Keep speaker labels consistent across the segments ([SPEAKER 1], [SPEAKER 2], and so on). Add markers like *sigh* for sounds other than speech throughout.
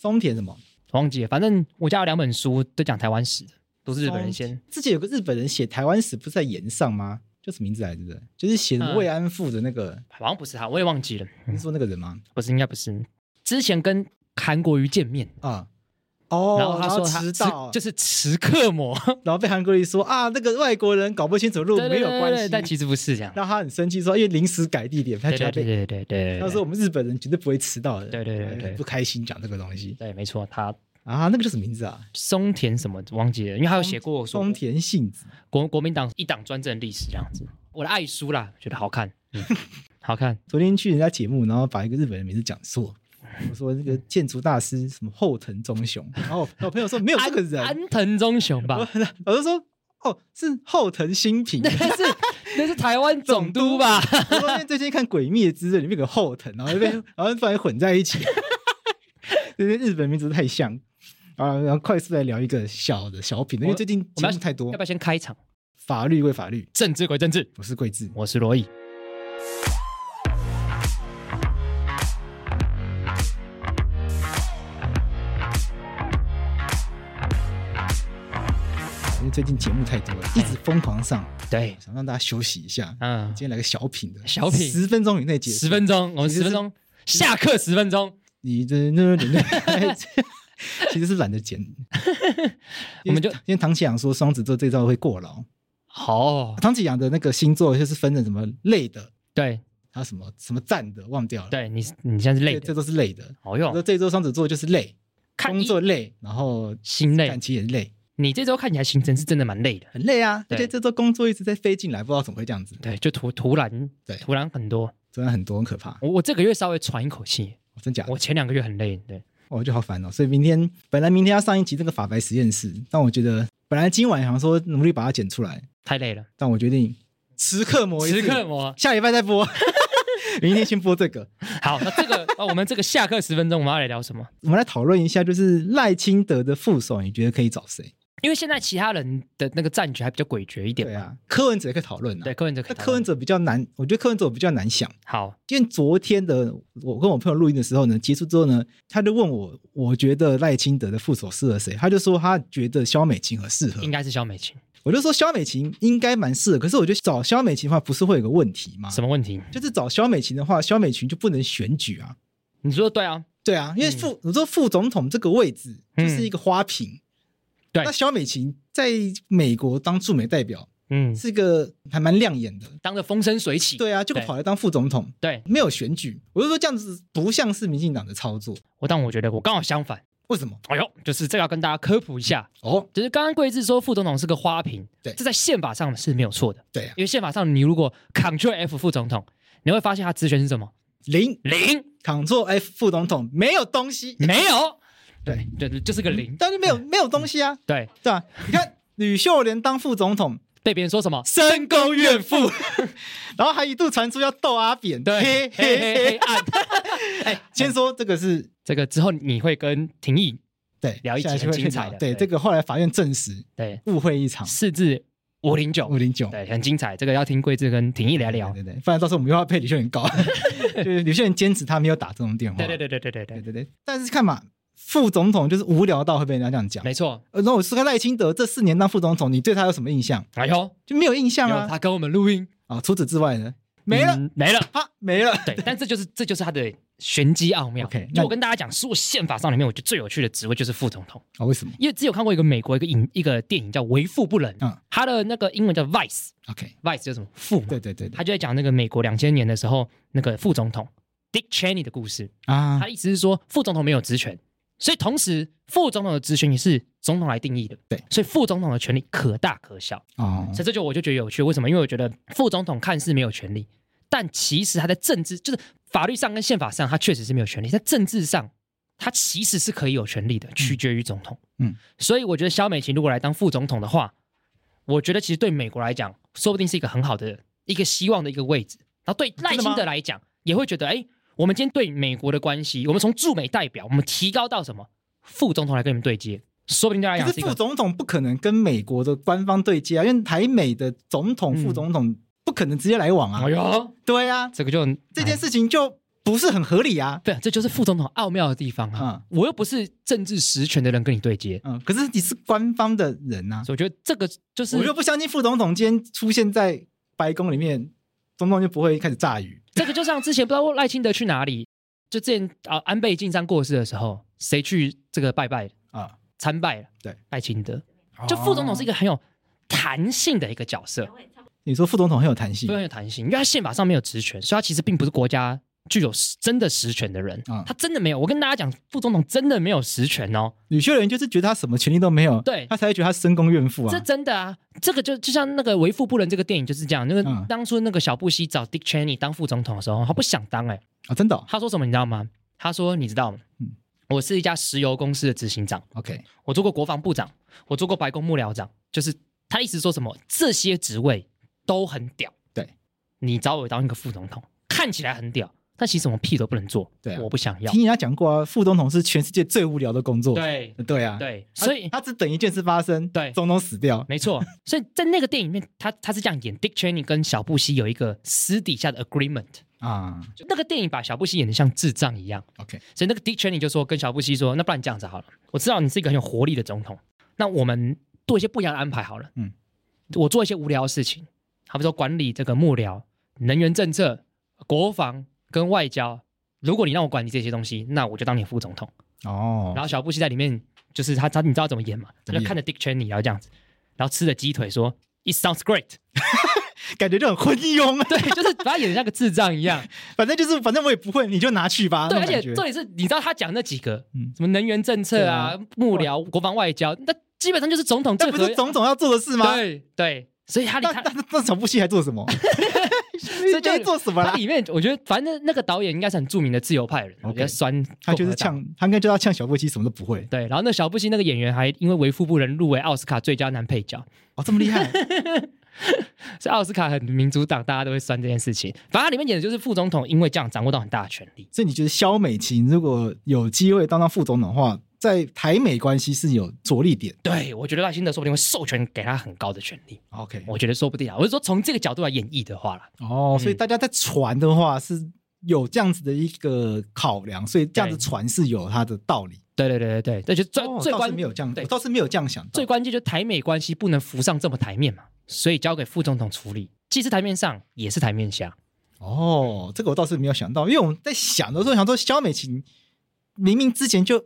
[SPEAKER 1] 松田什么？
[SPEAKER 2] 忘记了，反正我家有两本书都讲台湾史的，都是日本人先。
[SPEAKER 1] 之前有个日本人写台湾史，不是在岩上吗？叫什么名字来着？就是写
[SPEAKER 2] 嗯
[SPEAKER 1] 慰安妇的那个，
[SPEAKER 2] 好像不是他，我也忘记了，
[SPEAKER 1] 你是说那个人吗？
[SPEAKER 2] 不是，应该不是。之前跟韩国瑜见面，
[SPEAKER 1] 啊，哦，
[SPEAKER 2] 然后他说他
[SPEAKER 1] 迟
[SPEAKER 2] 迟
[SPEAKER 1] 到，
[SPEAKER 2] 就是迟刻
[SPEAKER 1] *laughs*
[SPEAKER 2] 魔，
[SPEAKER 1] 然后被韩国人说啊，那个外国人搞不清楚路，
[SPEAKER 2] 对
[SPEAKER 1] 没有关系。
[SPEAKER 2] 但其实不是这样。
[SPEAKER 1] 让他很生气，说因为临时改地点，他
[SPEAKER 2] 对
[SPEAKER 1] 觉
[SPEAKER 2] 对
[SPEAKER 1] 得
[SPEAKER 2] 对
[SPEAKER 1] 被
[SPEAKER 2] 对对对，
[SPEAKER 1] 他说我们日本人绝对不会迟到的，
[SPEAKER 2] 对对对对对
[SPEAKER 1] 不开心讲这个东西
[SPEAKER 2] 对，没错，他
[SPEAKER 1] 啊，那个叫什么名字啊？
[SPEAKER 2] 松田什么忘记了，因为他有写过说
[SPEAKER 1] 松田信子，
[SPEAKER 2] 国国民党一党专政的历史这样子。我的爱书啦，觉得好看，
[SPEAKER 1] *laughs*
[SPEAKER 2] 嗯好看。
[SPEAKER 1] 昨天去人家节目，然后把一个日本人名字讲
[SPEAKER 2] *laughs*
[SPEAKER 1] 错，我说那个建筑大师什么后藤忠
[SPEAKER 2] *laughs*
[SPEAKER 1] 雄，然后我朋友说没有这个
[SPEAKER 2] 安
[SPEAKER 1] 人，
[SPEAKER 2] 安藤忠雄吧
[SPEAKER 1] 我， *laughs* 我就说哦是后藤新平。
[SPEAKER 2] *laughs* 那是那是台湾总
[SPEAKER 1] *laughs*
[SPEAKER 2] 督吧？
[SPEAKER 1] 我说因为最近看《鬼灭之刃》里面有个后藤，然后就
[SPEAKER 2] *laughs*
[SPEAKER 1] 被然后突然混在一起， *laughs* 这些日本名字太像啊。然后快速来聊一个小的小品的，因为最近
[SPEAKER 2] 我
[SPEAKER 1] 节
[SPEAKER 2] 们
[SPEAKER 1] 目太多
[SPEAKER 2] 要不，要先开场？
[SPEAKER 1] 法律归法律，
[SPEAKER 2] 政治归政治，
[SPEAKER 1] 我是桂智。
[SPEAKER 2] 我是罗毅。
[SPEAKER 1] 因为最近节目太
[SPEAKER 2] 哎
[SPEAKER 1] 多了，一直疯狂上，
[SPEAKER 2] 对，
[SPEAKER 1] 想让大家休息一下。
[SPEAKER 2] 嗯
[SPEAKER 1] 今，天来个小品的，
[SPEAKER 2] 小品
[SPEAKER 1] 十分钟以内结束。
[SPEAKER 2] 十分钟，我们
[SPEAKER 1] 其实
[SPEAKER 2] 十
[SPEAKER 1] 是
[SPEAKER 2] 分钟下课十分钟，
[SPEAKER 1] 你的那那那，哎 *laughs* 其实是懒得剪。
[SPEAKER 2] *laughs* 我们就
[SPEAKER 1] 因为唐启阳说双子座这招会过劳，
[SPEAKER 2] 好。
[SPEAKER 1] 唐启阳的那个星座就是分成什么累的，
[SPEAKER 2] 对
[SPEAKER 1] 还有什么什么站的，忘掉了。
[SPEAKER 2] 对，你你现在是累
[SPEAKER 1] 这这
[SPEAKER 2] 的，
[SPEAKER 1] 都是累的。
[SPEAKER 2] 好
[SPEAKER 1] 那
[SPEAKER 2] 用，
[SPEAKER 1] 这周双子座就是累，
[SPEAKER 2] 看
[SPEAKER 1] 工作累，然后
[SPEAKER 2] 心累
[SPEAKER 1] 感。情也累，
[SPEAKER 2] 你这周看起来行程是真的蛮累的，
[SPEAKER 1] 很累啊。而
[SPEAKER 2] 对
[SPEAKER 1] 且这周工作一直在飞进来，不知道怎么会这样子，
[SPEAKER 2] 对，就突突然
[SPEAKER 1] 对
[SPEAKER 2] 突然很多。
[SPEAKER 1] 突然很多很可怕。哦
[SPEAKER 2] 我我这个月稍微喘一口气，
[SPEAKER 1] 真假的？
[SPEAKER 2] 我前两个月很累，对，
[SPEAKER 1] 我就好烦哦。所以明天本来明天要上一集这个法白实验室，但我觉得本来今晚想说努力把它剪出来，
[SPEAKER 2] 太累了。
[SPEAKER 1] 但我决定时刻磨一次
[SPEAKER 2] 时刻磨
[SPEAKER 1] 下礼拜再播。 *laughs* 明天先播这个，
[SPEAKER 2] 好，那这
[SPEAKER 1] *laughs*
[SPEAKER 2] 个哦，我们这个下课十分钟我们要来聊什么？
[SPEAKER 1] 我们来讨论一下，就是赖清德的副手，你觉得可以找谁？
[SPEAKER 2] 因为现在其他人的那个战局还比较诡谲一点
[SPEAKER 1] 对
[SPEAKER 2] 嘛。
[SPEAKER 1] 啊，柯文哲也可以讨论啊。
[SPEAKER 2] 对，，柯文哲可
[SPEAKER 1] 那
[SPEAKER 2] 以讨论，
[SPEAKER 1] 柯文哲比较难，我觉得柯文哲我比较难想。
[SPEAKER 2] 好，
[SPEAKER 1] 因为昨天的我跟我朋友录音的时候呢，结束之后呢，他就问我，我觉得赖清德的副手适合谁？他就说他觉得肖美琴很适合
[SPEAKER 2] 应。该是肖美琴。
[SPEAKER 1] 我就说肖美琴应该蛮适合，可是我觉得找肖美琴的话，不是会有个问题吗？
[SPEAKER 2] 什么问题？
[SPEAKER 1] 就是找肖美琴的话，肖美琴就不能选举啊。
[SPEAKER 2] 你说对啊，
[SPEAKER 1] 对啊，因为副、我说副总统这个位置就是一个花瓶。
[SPEAKER 2] 对
[SPEAKER 1] 那肖美琴在美国当驻美代表
[SPEAKER 2] 嗯，
[SPEAKER 1] 是个还蛮亮眼的。
[SPEAKER 2] 当的风生水起。
[SPEAKER 1] 对啊，就跑来当副总统，
[SPEAKER 2] 对，
[SPEAKER 1] 没有选举，我就说这样子不像是民进党的操作。
[SPEAKER 2] 我但我觉得我刚好相反。
[SPEAKER 1] 为什么？
[SPEAKER 2] 哎呦，就是这个要跟大家科普一下，
[SPEAKER 1] 哦，
[SPEAKER 2] 就是刚刚桂智说副总统是个花瓶，
[SPEAKER 1] 对
[SPEAKER 2] 这在宪法上是没有错的，
[SPEAKER 1] 对啊，
[SPEAKER 2] 因为宪法上你如果 Ctrl F 副总统，你会发现他职权是什么？
[SPEAKER 1] 零
[SPEAKER 2] 零，
[SPEAKER 1] ，Ctrl F 副总统没有东西，
[SPEAKER 2] 没有，
[SPEAKER 1] 对，嗯
[SPEAKER 2] 对，就是个
[SPEAKER 1] *laughs*
[SPEAKER 2] 零，
[SPEAKER 1] 但是没有没有东西啊，
[SPEAKER 2] 对，
[SPEAKER 1] 对吧、你看吕秀莲当副总统，
[SPEAKER 2] 被别人说什么？
[SPEAKER 1] 深宫怨妇， *laughs* 然后还一度传出要斗阿扁，
[SPEAKER 2] 对，
[SPEAKER 1] 嘿
[SPEAKER 2] 黑
[SPEAKER 1] 嘿
[SPEAKER 2] 黑黑
[SPEAKER 1] 嘿。哎
[SPEAKER 2] 暗。
[SPEAKER 1] 先说这个是
[SPEAKER 2] 这个之后你会跟廷义
[SPEAKER 1] 对
[SPEAKER 2] 聊一集
[SPEAKER 1] 下
[SPEAKER 2] 很
[SPEAKER 1] 会
[SPEAKER 2] 精彩的
[SPEAKER 1] 对
[SPEAKER 2] 对
[SPEAKER 1] 这个后来法院证实
[SPEAKER 2] 对
[SPEAKER 1] 误会一场，
[SPEAKER 2] 四至五零九
[SPEAKER 1] 五，零九。
[SPEAKER 2] 哦对，很精彩。这个要听桂智跟廷义来聊。
[SPEAKER 1] 对对，对不然到时候我们又要被吕秀莲
[SPEAKER 2] *laughs*
[SPEAKER 1] 告。就是吕秀莲坚持他没有打这种电话。
[SPEAKER 2] 对对对对对对
[SPEAKER 1] 对
[SPEAKER 2] 对，
[SPEAKER 1] 对对。但是看嘛，副总统就是无聊到会被人家这样讲。
[SPEAKER 2] 没错。
[SPEAKER 1] 呃然后我是看赖清德这四年当副总统，你对他有什么印象？
[SPEAKER 2] 哎呦，
[SPEAKER 1] 就没有印象
[SPEAKER 2] 有
[SPEAKER 1] 啊！
[SPEAKER 2] 他跟我们录音
[SPEAKER 1] 啊，除此之外呢，没了，
[SPEAKER 2] 嗯没了。
[SPEAKER 1] 他没
[SPEAKER 2] *laughs*
[SPEAKER 1] 了。
[SPEAKER 2] 对，但这就是这就是他的玄机奥妙。
[SPEAKER 1] OK，那
[SPEAKER 2] 就我跟大家讲，所有宪法上里面，我觉得最有趣的职位就是副总统，
[SPEAKER 1] 啊，为什么
[SPEAKER 2] 因为只有看过一个美国一个影一个电影叫《为富不仁》，
[SPEAKER 1] 嗯
[SPEAKER 2] 他的那个英文叫 Vice，Vice
[SPEAKER 1] ？OK，
[SPEAKER 2] 就是什么富嘛，
[SPEAKER 1] 对对对对
[SPEAKER 2] 他就在讲那个美国两千年的时候那个副总统 Dick Cheney 的故事。
[SPEAKER 1] 啊
[SPEAKER 2] 他，意思是说，副总统没有职权，所以同时副总统的职权也是总统来定义的。
[SPEAKER 1] 对，
[SPEAKER 2] 所以副总统的权力可大可小。
[SPEAKER 1] 哦，
[SPEAKER 2] 所以这就我就觉得有趣，为什么？因为我觉得副总统看似没有权利，但其实他在政治，就是法律上跟宪法上，他确实是没有权利，在政治上他其实是可以有权利的，取决于总统。
[SPEAKER 1] 嗯，
[SPEAKER 2] 所以我觉得肖美琴如果来当副总统的话，我觉得其实对美国来讲，说不定是一个很好的一个希望的一个位置。然后对赖清德来讲，也会觉得，哎，我们今天对美国的关系，我们从驻美代表，我们提高到什么副总统来跟你们对接，说不定对他来
[SPEAKER 1] 可
[SPEAKER 2] 讲
[SPEAKER 1] 是
[SPEAKER 2] 是一个
[SPEAKER 1] 副总统不可能跟美国的官方对接啊，因为台美的总统、
[SPEAKER 2] 嗯
[SPEAKER 1] 副总统不可能直接来往啊
[SPEAKER 2] 哎。呦，
[SPEAKER 1] 对啊，
[SPEAKER 2] 这个就
[SPEAKER 1] 这件事情就不是很合理啊。
[SPEAKER 2] 对，这就是副总统奥妙的地方啊！
[SPEAKER 1] 嗯
[SPEAKER 2] 我又不是政治实权的人跟你对接，
[SPEAKER 1] 嗯，可是你是官方的人呐、
[SPEAKER 2] 所以我觉得这个就是
[SPEAKER 1] 嗯我就不相信副总统今天出现在白宫里面，总统就不会开始炸鱼。
[SPEAKER 2] *laughs* 这个就像之前不知道赖清德去哪里，就之前啊安倍晋三过世的时候，谁去这个拜拜
[SPEAKER 1] 啊，
[SPEAKER 2] 参拜了？
[SPEAKER 1] 对，哦
[SPEAKER 2] 赖清德。就副总统是一
[SPEAKER 1] 个，
[SPEAKER 2] 个很有弹性的一个角色，
[SPEAKER 1] 嗯你说副总统很有弹性
[SPEAKER 2] 非，常有弹性，因为他宪法上没有职权，所以他其实并不是国家具有实真的实权的人
[SPEAKER 1] 嗯，
[SPEAKER 2] 他真的没有。我跟大家讲，副总统真的没有实权哦，
[SPEAKER 1] 吕秀莲就是觉得他什么权利都没有，
[SPEAKER 2] 对
[SPEAKER 1] 他才会觉得他深宫怨妇
[SPEAKER 2] 这
[SPEAKER 1] 啊。
[SPEAKER 2] 真的啊，这个就就像那个《为富不仁》这个电影就是这样，那
[SPEAKER 1] 嗯
[SPEAKER 2] 个当初那个小布希找 Dick Cheney 当副总统的时候，他不想当哎、
[SPEAKER 1] 啊，真的哦、
[SPEAKER 2] 他说什么你知道吗？他说你知道吗
[SPEAKER 1] 嗯？
[SPEAKER 2] 我是一家石油公司的执行长，
[SPEAKER 1] OK，
[SPEAKER 2] 我做过国防部长，我做过白宫幕僚长，就是他意思说什么这些职位都很屌，
[SPEAKER 1] 对
[SPEAKER 2] 你找我当一个副总统，看起来很屌，但其实我们屁都不能做，
[SPEAKER 1] 对啊
[SPEAKER 2] 我不想要
[SPEAKER 1] 听，人家讲过啊，副总统是全世界最无聊的工作。
[SPEAKER 2] 对
[SPEAKER 1] 对啊，
[SPEAKER 2] 对，
[SPEAKER 1] 他，
[SPEAKER 2] 所以
[SPEAKER 1] 他只等一件事发生，
[SPEAKER 2] 对
[SPEAKER 1] 总统死掉。
[SPEAKER 2] 没错，所以在那个电影里面，他他是这样演，Dick Cheney 跟小布希有一个私底下的 agreement。
[SPEAKER 1] 啊
[SPEAKER 2] 就那个电影把小布希演得像智障一样，
[SPEAKER 1] ，OK，
[SPEAKER 2] 所以那个 Dick Cheney 就说跟小布希说，那不然这样子好了，我知道你是一个很有活力的总统，那我们做一些不一样的安排好了。
[SPEAKER 1] 嗯
[SPEAKER 2] 嗯，我做一些无聊的事情，好比说管理这个幕僚、能源政策、国防跟外交。如果你让我管理这些东西，那我就当你副总统。
[SPEAKER 1] 哦，
[SPEAKER 2] 然后小布希在里面就是他他你知道怎么演嘛？
[SPEAKER 1] 怎
[SPEAKER 2] 他
[SPEAKER 1] 么
[SPEAKER 2] 就
[SPEAKER 1] 演
[SPEAKER 2] 看着 Dick Cheney，然后这样子，然后吃着鸡腿说，It sounds great。 *laughs*
[SPEAKER 1] 感觉就很昏庸啊。
[SPEAKER 2] 对，就是把他演的像个智障一样。
[SPEAKER 1] *laughs* 反正就是，反正我也不会，你就拿去吧。
[SPEAKER 2] 对，
[SPEAKER 1] 那
[SPEAKER 2] 而
[SPEAKER 1] 种感
[SPEAKER 2] 且
[SPEAKER 1] 觉
[SPEAKER 2] 重点是，你知道他讲那几个，
[SPEAKER 1] 嗯
[SPEAKER 2] 什么能源政策啊、幕
[SPEAKER 1] 对
[SPEAKER 2] 僚、国防外交，那基本上就是总统
[SPEAKER 1] 这
[SPEAKER 2] 最
[SPEAKER 1] 不
[SPEAKER 2] 核
[SPEAKER 1] 是总统要做的事吗？
[SPEAKER 2] 啊对对，所以他里
[SPEAKER 1] 那
[SPEAKER 2] 他
[SPEAKER 1] 那那那小布希还做什
[SPEAKER 2] *laughs*
[SPEAKER 1] 么？
[SPEAKER 2] 所
[SPEAKER 1] 这
[SPEAKER 2] 以就
[SPEAKER 1] 在做什么
[SPEAKER 2] 他
[SPEAKER 1] 啦？
[SPEAKER 2] 里面，我觉得反正那个导演应该是很著名的自由派人，我
[SPEAKER 1] OK
[SPEAKER 2] 觉得酸
[SPEAKER 1] 他就是
[SPEAKER 2] 共和党。
[SPEAKER 1] 呛，他应该就要呛小布希什么都不会
[SPEAKER 2] 对，然后那小布希那个演员还因为为富不仁入围奥斯卡最佳男配角，
[SPEAKER 1] 哦，这么厉
[SPEAKER 2] *laughs*
[SPEAKER 1] 害
[SPEAKER 2] 所以奥斯卡很民主党，大家都会酸这件事情。反正他里面演的就是副总统，因为这样掌握到很大的权力。
[SPEAKER 1] 所以你觉得肖美琴如果有机会当到副总统的话，在台美关系是有着力点
[SPEAKER 2] 对，我觉得赖清德说不定会授权给他很高的权力，
[SPEAKER 1] ？OK，
[SPEAKER 2] 我觉得说不定啊。我是说从这个角度来演绎的话啦，
[SPEAKER 1] 哦，所以
[SPEAKER 2] 嗯
[SPEAKER 1] 大家在传的话是有这样子的一个考量，所以这样子
[SPEAKER 2] 对
[SPEAKER 1] 传是有它的道理。
[SPEAKER 2] 对对对对对，这就最、
[SPEAKER 1] 哦
[SPEAKER 2] 最
[SPEAKER 1] 倒是
[SPEAKER 2] 关
[SPEAKER 1] 没有这样，
[SPEAKER 2] 对
[SPEAKER 1] 我倒是没有这样想到。
[SPEAKER 2] 最关键就是台美关系不能浮上这么台面嘛，所以交给副总统处理，既是台面上也是台面下。
[SPEAKER 1] 哦，这个我倒是没有想到，因为我们在想的时候想说，肖美琴明明之前就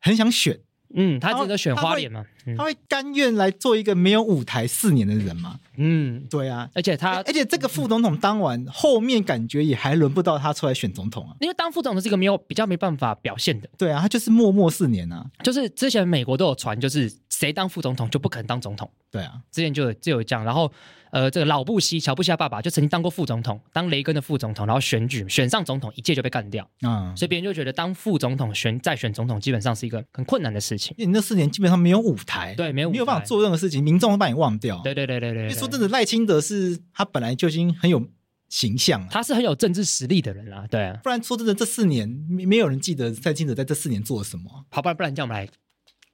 [SPEAKER 1] 很想选，
[SPEAKER 2] 嗯，他这个选花脸嘛，嗯
[SPEAKER 1] 她会甘愿来做一个没有舞台四年的人吗？
[SPEAKER 2] 嗯，
[SPEAKER 1] 对啊，
[SPEAKER 2] 而且他
[SPEAKER 1] 而且这个副总统当完，后面感觉也还轮不到他出来选总统啊。
[SPEAKER 2] 因为当副总统是一个没有比较没办法表现的，
[SPEAKER 1] 对啊，他就是默默四年啊。
[SPEAKER 2] 就是之前美国都有传，就是谁当副总统就不肯当总统。
[SPEAKER 1] 对啊，
[SPEAKER 2] 之前就有就有这样，然后呃，这个老布希乔布希他爸爸就曾经当过副总统，当雷根的副总统，然后选举选上总统一届就被干掉，
[SPEAKER 1] 啊、
[SPEAKER 2] 所以别人就觉得当副总统选再选总统基本上是一个很困难的事情。
[SPEAKER 1] 因为你那四年基本上没有舞台，
[SPEAKER 2] 对没有舞台
[SPEAKER 1] 没有办法做任何事情，民众会把你忘掉。
[SPEAKER 2] 对对对对对
[SPEAKER 1] 因
[SPEAKER 2] 对
[SPEAKER 1] 为说真的，赖清德是他本来就已经很有形象了、
[SPEAKER 2] 他是很有政治实力的人啊，对啊。
[SPEAKER 1] 不然说真的，这四年没没有人记得赖清德在这四年做了什么啊。
[SPEAKER 2] 好，不然不然，这样我们来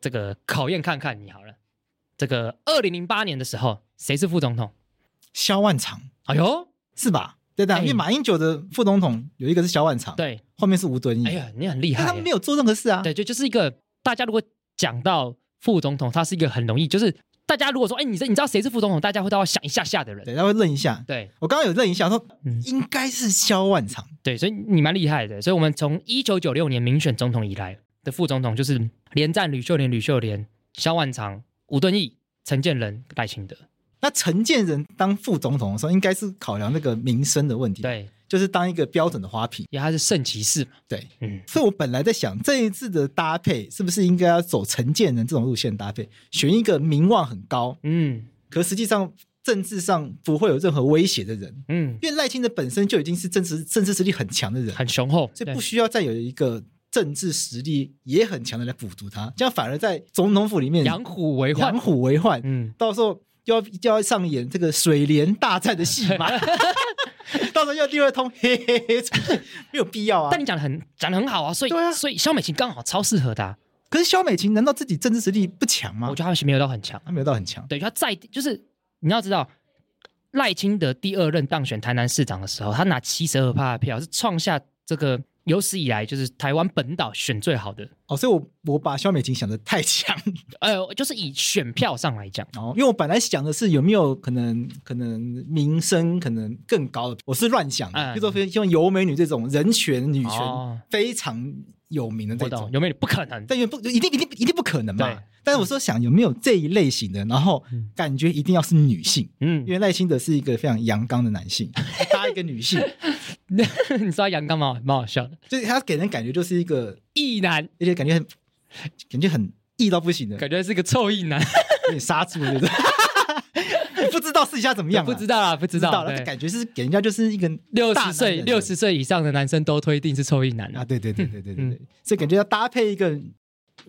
[SPEAKER 2] 这个考验看看你好了。这个二零零八年的时候，谁是副总统？
[SPEAKER 1] 萧万长
[SPEAKER 2] 哎呦，
[SPEAKER 1] 是吧？对的，
[SPEAKER 2] 哎
[SPEAKER 1] 因为马英九的副总统有一个是萧万长，，
[SPEAKER 2] 对，
[SPEAKER 1] 后面是吴敦义，
[SPEAKER 2] 哎呀，你很厉害
[SPEAKER 1] 但嗯
[SPEAKER 2] 耶。
[SPEAKER 1] 他们没有做任何事啊。
[SPEAKER 2] 对，就就是一个大家如果讲到副总统，他是一个很容易，就是大家如果说，哎，你这你知道谁是副总统，大家会都要想一下下的人。
[SPEAKER 1] 对，他会愣一下。
[SPEAKER 2] 对
[SPEAKER 1] 我刚刚有愣一下，说
[SPEAKER 2] 嗯
[SPEAKER 1] 应该是萧万长。
[SPEAKER 2] 对，所以你蛮厉害的。所以我们从一九九六年民选总统以来的副总统，就是连战、吕秀莲、吕秀莲、萧万长、吴敦义、陈建仁、赖清德。
[SPEAKER 1] 那陈建仁当副总统的时候，应该是考量那个民生的问题，，
[SPEAKER 2] 对，
[SPEAKER 1] 就是当一个标准的花瓶。
[SPEAKER 2] 因为他是圣骑士嘛。
[SPEAKER 1] 对，
[SPEAKER 2] 嗯，
[SPEAKER 1] 所以我本来在想这一次的搭配是不是应该要走陈建仁这种路线搭配，选一个名望很高，
[SPEAKER 2] 嗯
[SPEAKER 1] 可实际上政治上不会有任何威胁的人。
[SPEAKER 2] 嗯，
[SPEAKER 1] 因为赖清德本身就已经是政治政治实力很强的人，
[SPEAKER 2] 很雄厚，
[SPEAKER 1] 所以
[SPEAKER 2] 对
[SPEAKER 1] 不需要再有一个政治实力也很强的来补足它，这样反而在总统府里面
[SPEAKER 2] 养虎为患
[SPEAKER 1] 养，虎为患，
[SPEAKER 2] 嗯，
[SPEAKER 1] 到时候又要又要上演这个水帘大战的戏
[SPEAKER 2] *laughs*
[SPEAKER 1] 码， *laughs* 到时候又第二通，嘿嘿嘿，没有必要啊
[SPEAKER 2] 但。你讲的很讲的很好啊，所以
[SPEAKER 1] 对啊
[SPEAKER 2] 所以肖美琴刚好超适合的啊，
[SPEAKER 1] 可是肖美琴难道自己政治实力不强吗
[SPEAKER 2] 我？觉得她没有到很强。啊
[SPEAKER 1] 她没有到很强，
[SPEAKER 2] 对，他在地就是你要知道，赖清德第二任当选台南市长的时候，他拿七十二趴的票，是创下这个有史以来就是台湾本岛选最好的。
[SPEAKER 1] 哦，所以我我把肖美琴想的太强，
[SPEAKER 2] 呃，就是以选票上来讲，
[SPEAKER 1] 哦，因为我本来想的是有没有可能可能名声可能更高的，我是乱想的，
[SPEAKER 2] 嗯
[SPEAKER 1] 比如说像尤美女这种人权女权、
[SPEAKER 2] 哦
[SPEAKER 1] 非常有名的这
[SPEAKER 2] 我懂
[SPEAKER 1] 种，
[SPEAKER 2] 有没有？不可能。
[SPEAKER 1] 但也不一定一定一定不可能嘛
[SPEAKER 2] 对。
[SPEAKER 1] 但是我说想有没有这一类型的，然后
[SPEAKER 2] 嗯
[SPEAKER 1] 感觉一定要是女性，
[SPEAKER 2] 嗯
[SPEAKER 1] 因，为赖清德是一个非常阳刚的男性， *laughs* 搭一个女性，
[SPEAKER 2] *laughs* 你知道杨刚蛮好蛮好笑的，
[SPEAKER 1] 就是他给人感觉就是一个，
[SPEAKER 2] 异男
[SPEAKER 1] 而且感觉很感觉很异到不行的，
[SPEAKER 2] 感觉是个臭异男，
[SPEAKER 1] 有点杀猪，对不对？ *laughs* 不知道私底下怎么样啊，
[SPEAKER 2] 不知道啦，不知
[SPEAKER 1] 知
[SPEAKER 2] 道
[SPEAKER 1] 道
[SPEAKER 2] 啦。
[SPEAKER 1] 了，就
[SPEAKER 2] 对
[SPEAKER 1] 感觉是给人家就是一个
[SPEAKER 2] 六
[SPEAKER 1] 大男
[SPEAKER 2] 十岁
[SPEAKER 1] 人
[SPEAKER 2] 六十岁以上的男生都推定是臭异男
[SPEAKER 1] 啊，
[SPEAKER 2] 啊。
[SPEAKER 1] 对对对对对对
[SPEAKER 2] 嗯
[SPEAKER 1] 对，所以感觉要搭配一个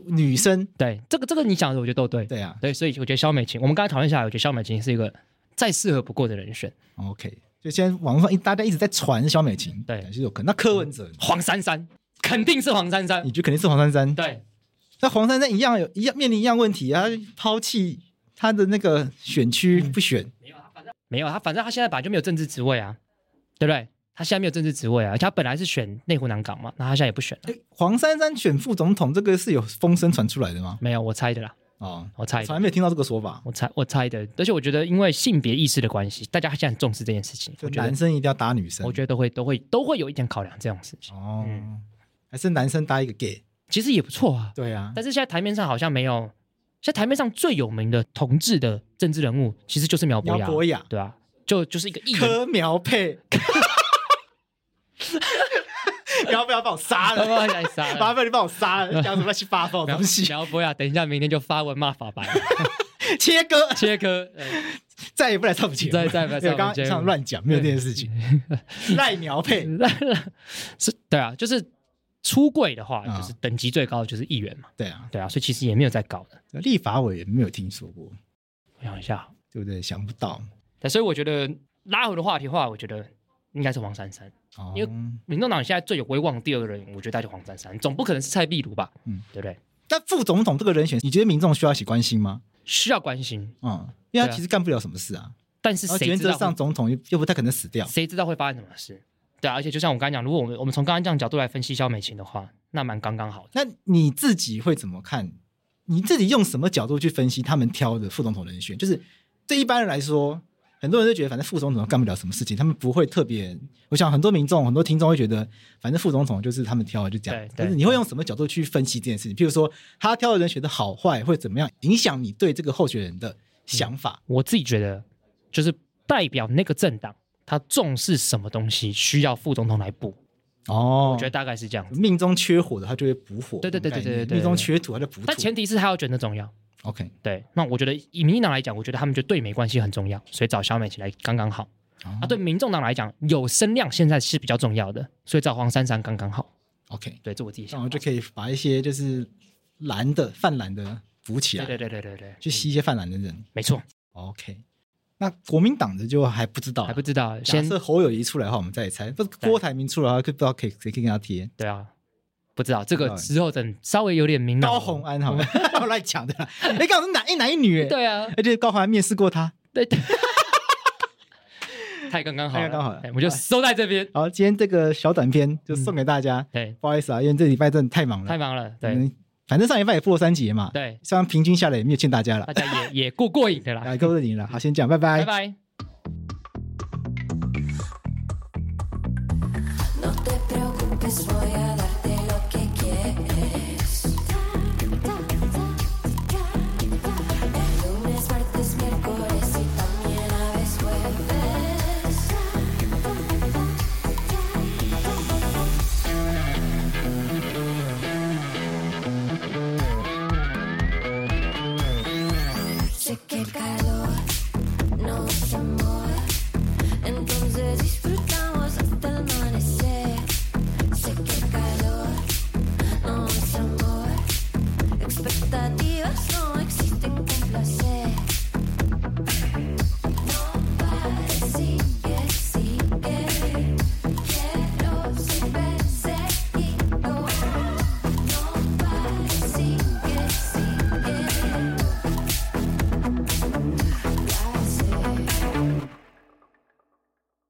[SPEAKER 1] 女生，
[SPEAKER 2] 对，这个这个你讲的我觉得都对。
[SPEAKER 1] 对啊
[SPEAKER 2] 对，所以我觉得肖美琴，我们刚才讨论下来，我觉得肖美琴是一个再适合不过的人选。
[SPEAKER 1] ，OK，就现在网络上一大家一直在传萧美琴，
[SPEAKER 2] 对
[SPEAKER 1] 是有可能。那柯文哲，
[SPEAKER 2] 黄珊珊，肯定是黄珊珊
[SPEAKER 1] 你。觉得肯定是黄珊珊，
[SPEAKER 2] 嗯对，
[SPEAKER 1] 那黄珊珊一样有一样面临一样问题啊，她抛弃她的那个选区
[SPEAKER 2] 嗯
[SPEAKER 1] 不选，
[SPEAKER 2] 没有他，反正他现在本来就没有政治职位啊，对不对？他现在没有政治职位啊，而且他本来是选内湖南港嘛，那他现在也不选了。
[SPEAKER 1] 黄珊珊选副总统这个是有风声传出来的吗？
[SPEAKER 2] 没有，我猜的啦，
[SPEAKER 1] 哦，
[SPEAKER 2] 我猜
[SPEAKER 1] 从
[SPEAKER 2] 的，
[SPEAKER 1] 来没有听到这个说法。
[SPEAKER 2] 我猜，我猜的。而且我觉得，因为性别意识的关系，大家现在很重视这件事情。
[SPEAKER 1] 就
[SPEAKER 2] 我觉
[SPEAKER 1] 男
[SPEAKER 2] 得，
[SPEAKER 1] 生一定要搭女生，
[SPEAKER 2] 我觉得都会，都会，都会有一点考量这种事情，
[SPEAKER 1] 哦
[SPEAKER 2] 嗯，
[SPEAKER 1] 还是男生搭一个 gay，
[SPEAKER 2] 其实也不错啊。
[SPEAKER 1] 对啊，
[SPEAKER 2] 但是现在台面上好像没有，现在台面上最有名的同志的政治人物，其实就是苗博
[SPEAKER 1] 苗
[SPEAKER 2] 雅，
[SPEAKER 1] 哦博雅、
[SPEAKER 2] 对啊，就就是一个艺人
[SPEAKER 1] 柯苗
[SPEAKER 2] *laughs*
[SPEAKER 1] 配，苗不要把我杀
[SPEAKER 2] 苗博 *laughs*
[SPEAKER 1] 了？
[SPEAKER 2] 雅来杀了
[SPEAKER 1] 麻烦你把我杀
[SPEAKER 2] *laughs*
[SPEAKER 1] 了，讲什么乱七八糟的
[SPEAKER 2] 苗
[SPEAKER 1] 东西？
[SPEAKER 2] 苗博雅，等一下，明天就发文骂法白，
[SPEAKER 1] 切割，
[SPEAKER 2] 切割。
[SPEAKER 1] 再也不来上我们节目，
[SPEAKER 2] 再再也不来上
[SPEAKER 1] 对
[SPEAKER 2] 我们
[SPEAKER 1] 刚
[SPEAKER 2] 节
[SPEAKER 1] 刚
[SPEAKER 2] 目
[SPEAKER 1] 上乱讲，没有这件事情。赖苗配，
[SPEAKER 2] 呃是，对啊，就是出柜的话，
[SPEAKER 1] 啊
[SPEAKER 2] 就是等级最高的就是议员嘛，
[SPEAKER 1] 对啊，
[SPEAKER 2] 对啊，所以其实也没有在搞的。
[SPEAKER 1] 立法委员没有听说过，
[SPEAKER 2] 我想一下，
[SPEAKER 1] 对不对？想不到，
[SPEAKER 2] 对，所以我觉得拉回的话题的话，我觉得应该是黄珊珊。
[SPEAKER 1] 哦
[SPEAKER 2] 因为民众党现在最有威望的第二个人，我觉得他就黄珊珊，总不可能是蔡壁如吧？
[SPEAKER 1] 嗯
[SPEAKER 2] 嗯，对不对？
[SPEAKER 1] 但副总统这个人选，你觉得民众需要一起关心吗？
[SPEAKER 2] 需要关心，
[SPEAKER 1] 嗯，因为
[SPEAKER 2] 对
[SPEAKER 1] 他
[SPEAKER 2] 啊
[SPEAKER 1] 其实干不了什么事啊，
[SPEAKER 2] 但是
[SPEAKER 1] 然后
[SPEAKER 2] 谁
[SPEAKER 1] 原
[SPEAKER 2] 知
[SPEAKER 1] 则
[SPEAKER 2] 道会
[SPEAKER 1] 上总统又又不太可能死掉，
[SPEAKER 2] 谁知道会发生什么事？对啊，而且就像我刚才讲，如果我们我们从刚刚这样角度来分析肖美琴的话，那蛮刚刚好的。
[SPEAKER 1] 那你自己会怎么看？你自己用什么角度去分析他们挑的副总统人选？就是对一般人来说，很多人就觉得反正副总统干不了什么事情，他们不会特别。我想很多民众、很多听众会觉得，反正副总统就是他们挑的，就这样
[SPEAKER 2] 对。对
[SPEAKER 1] 但是你会用什么角度去分析这件事情？譬如说，他挑的人选的好坏会怎么样影响你对这个候选人的想法？
[SPEAKER 2] 我自己觉得，就是代表那个政党，他重视什么东西需要副总统来补，
[SPEAKER 1] 哦，
[SPEAKER 2] 嗯我觉得大概是这样子。
[SPEAKER 1] 命中缺火的，他就会补火。
[SPEAKER 2] 对对对对对对对
[SPEAKER 1] 命中缺土，他就补土。
[SPEAKER 2] 但前提是他要觉得重要。
[SPEAKER 1] OK，
[SPEAKER 2] 对，那我觉得以民进党来讲，我觉得他们觉得对美关系很重要，所以找小美起来刚刚好。
[SPEAKER 1] 啊
[SPEAKER 2] 啊，对民众党来讲，有声量现在是比较重要的，所以找黄珊珊刚刚好。
[SPEAKER 1] ，OK，
[SPEAKER 2] 对，这我自己
[SPEAKER 1] 这
[SPEAKER 2] 想
[SPEAKER 1] 样哦
[SPEAKER 2] 法。
[SPEAKER 1] 我就可以把一些就是蓝的、泛蓝的补起来，
[SPEAKER 2] 对对对对对对，嗯
[SPEAKER 1] 去啊吸一些泛蓝的人。
[SPEAKER 2] 没错，
[SPEAKER 1] OK，那国民党的就还不知道，
[SPEAKER 2] 还不。知道，
[SPEAKER 1] 啊假
[SPEAKER 2] 先
[SPEAKER 1] 设侯友谊出来的话，我们再猜；不是郭台铭出来的话，就不知道可以谁可以跟他贴。
[SPEAKER 2] 对啊，不知道这
[SPEAKER 1] 不
[SPEAKER 2] 个
[SPEAKER 1] 知道欸
[SPEAKER 2] 之后等稍微有点明朗。哦
[SPEAKER 1] 高红安好了， *laughs* 我乱讲的啦。哎，刚好是男一男一女，哎，
[SPEAKER 2] 对啊，
[SPEAKER 1] 而且高虹安面试过他。
[SPEAKER 2] 对 *laughs* 对，太刚刚好了，
[SPEAKER 1] 太刚刚好了啊
[SPEAKER 2] 哎我就收在这边。
[SPEAKER 1] 好，今天这个小短片就送给大家，
[SPEAKER 2] 对，
[SPEAKER 1] 不好意思啊，因为这礼拜真的太忙了
[SPEAKER 2] 嗯太。忙了，对
[SPEAKER 1] 嗯，反正上礼拜也播了三节嘛，
[SPEAKER 2] 对，
[SPEAKER 1] 虽然平均下来也没有欠大家了啊
[SPEAKER 2] 大，家也也过过瘾的啦，
[SPEAKER 1] 来够你了，好，先讲，拜拜
[SPEAKER 2] 拜。拜。
[SPEAKER 3] No te preocupes, voy a dar.